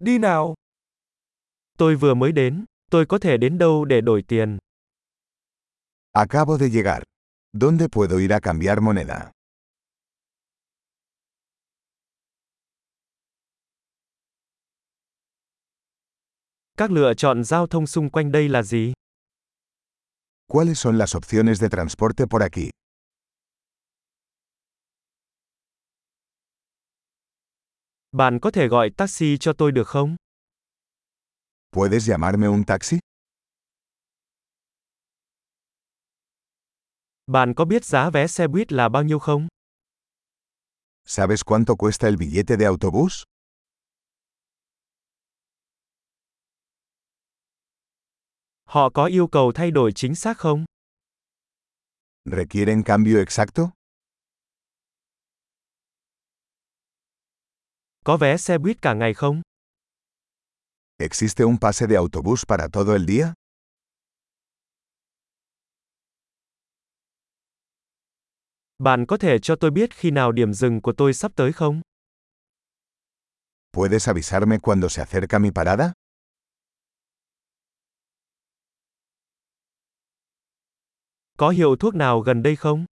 đi nào. Tôi vừa mới đến, tôi có thể đến đâu để đổi tiền? Acabo de llegar. ¿Dónde puedo ir a cambiar moneda? Các lựa chọn giao thông xung quanh đây là gì? ¿Cuáles son las opciones de transporte por aquí? Bạn có thể gọi taxi cho tôi được không? ¿Puedes llamarme un taxi? Bạn có biết giá vé xe buýt là bao nhiêu không? ¿Sabes cuánto cuesta el billete de autobús? Họ có yêu cầu thay đổi chính xác không? ¿Requieren cambio exacto? Có vé xe buýt cả ngày không? ¿Existe un pase de autobús para todo el día? Bạn có thể cho tôi biết khi nào điểm dừng của tôi sắp tới không? ¿Puedes avisarme cuando se acerca mi parada? Có hiệu thuốc nào gần đây không?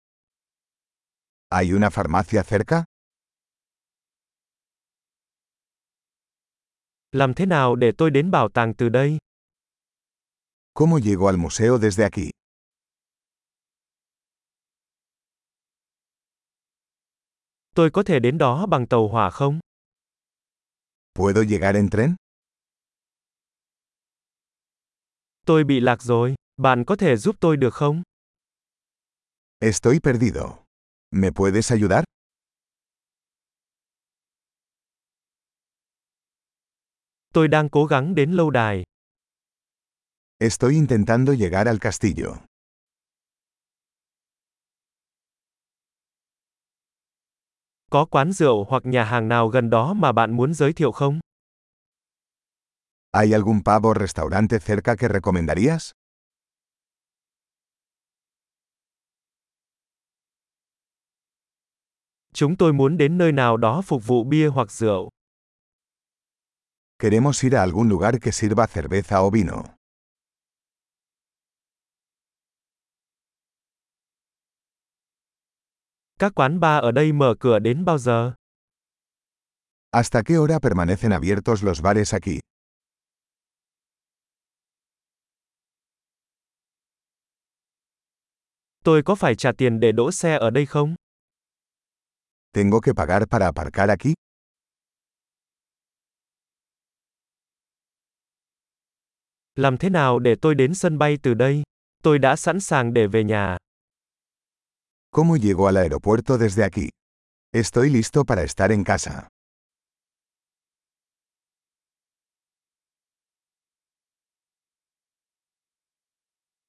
¿Hay una farmacia cerca? Làm thế nào để tôi đến bảo tàng từ đây? ¿Cómo llego al museo desde aquí? Tôi có thể đến đó bằng tàu hỏa không? ¿Puedo llegar en tren? Tôi bị lạc rồi, bạn có thể giúp tôi được không? Estoy perdido. ¿Me puedes ayudar? Tôi đang cố gắng đến lâu đài. Estoy intentando llegar al castillo. Có quán rượu hoặc nhà hàng nào gần đó mà bạn muốn giới thiệu không? ¿Hay algún pavo restaurante cerca que recomendarías? Chúng tôi muốn đến nơi nào đó phục vụ bia hoặc rượu. Queremos ir a algún lugar que sirva cerveza o vino. Các quán bar ở đây mở cửa đến bao giờ? ¿Hasta qué hora permanecen abiertos los bares aquí? Tôi có phải trả tiền để đỗ xe ở đây không? ¿Tengo que pagar para aparcar aquí? Làm thế nào để tôi đến sân bay từ đây? Tôi đã sẵn sàng để về nhà. ¿Cómo llego al aeropuerto desde aquí? Estoy listo para estar en casa.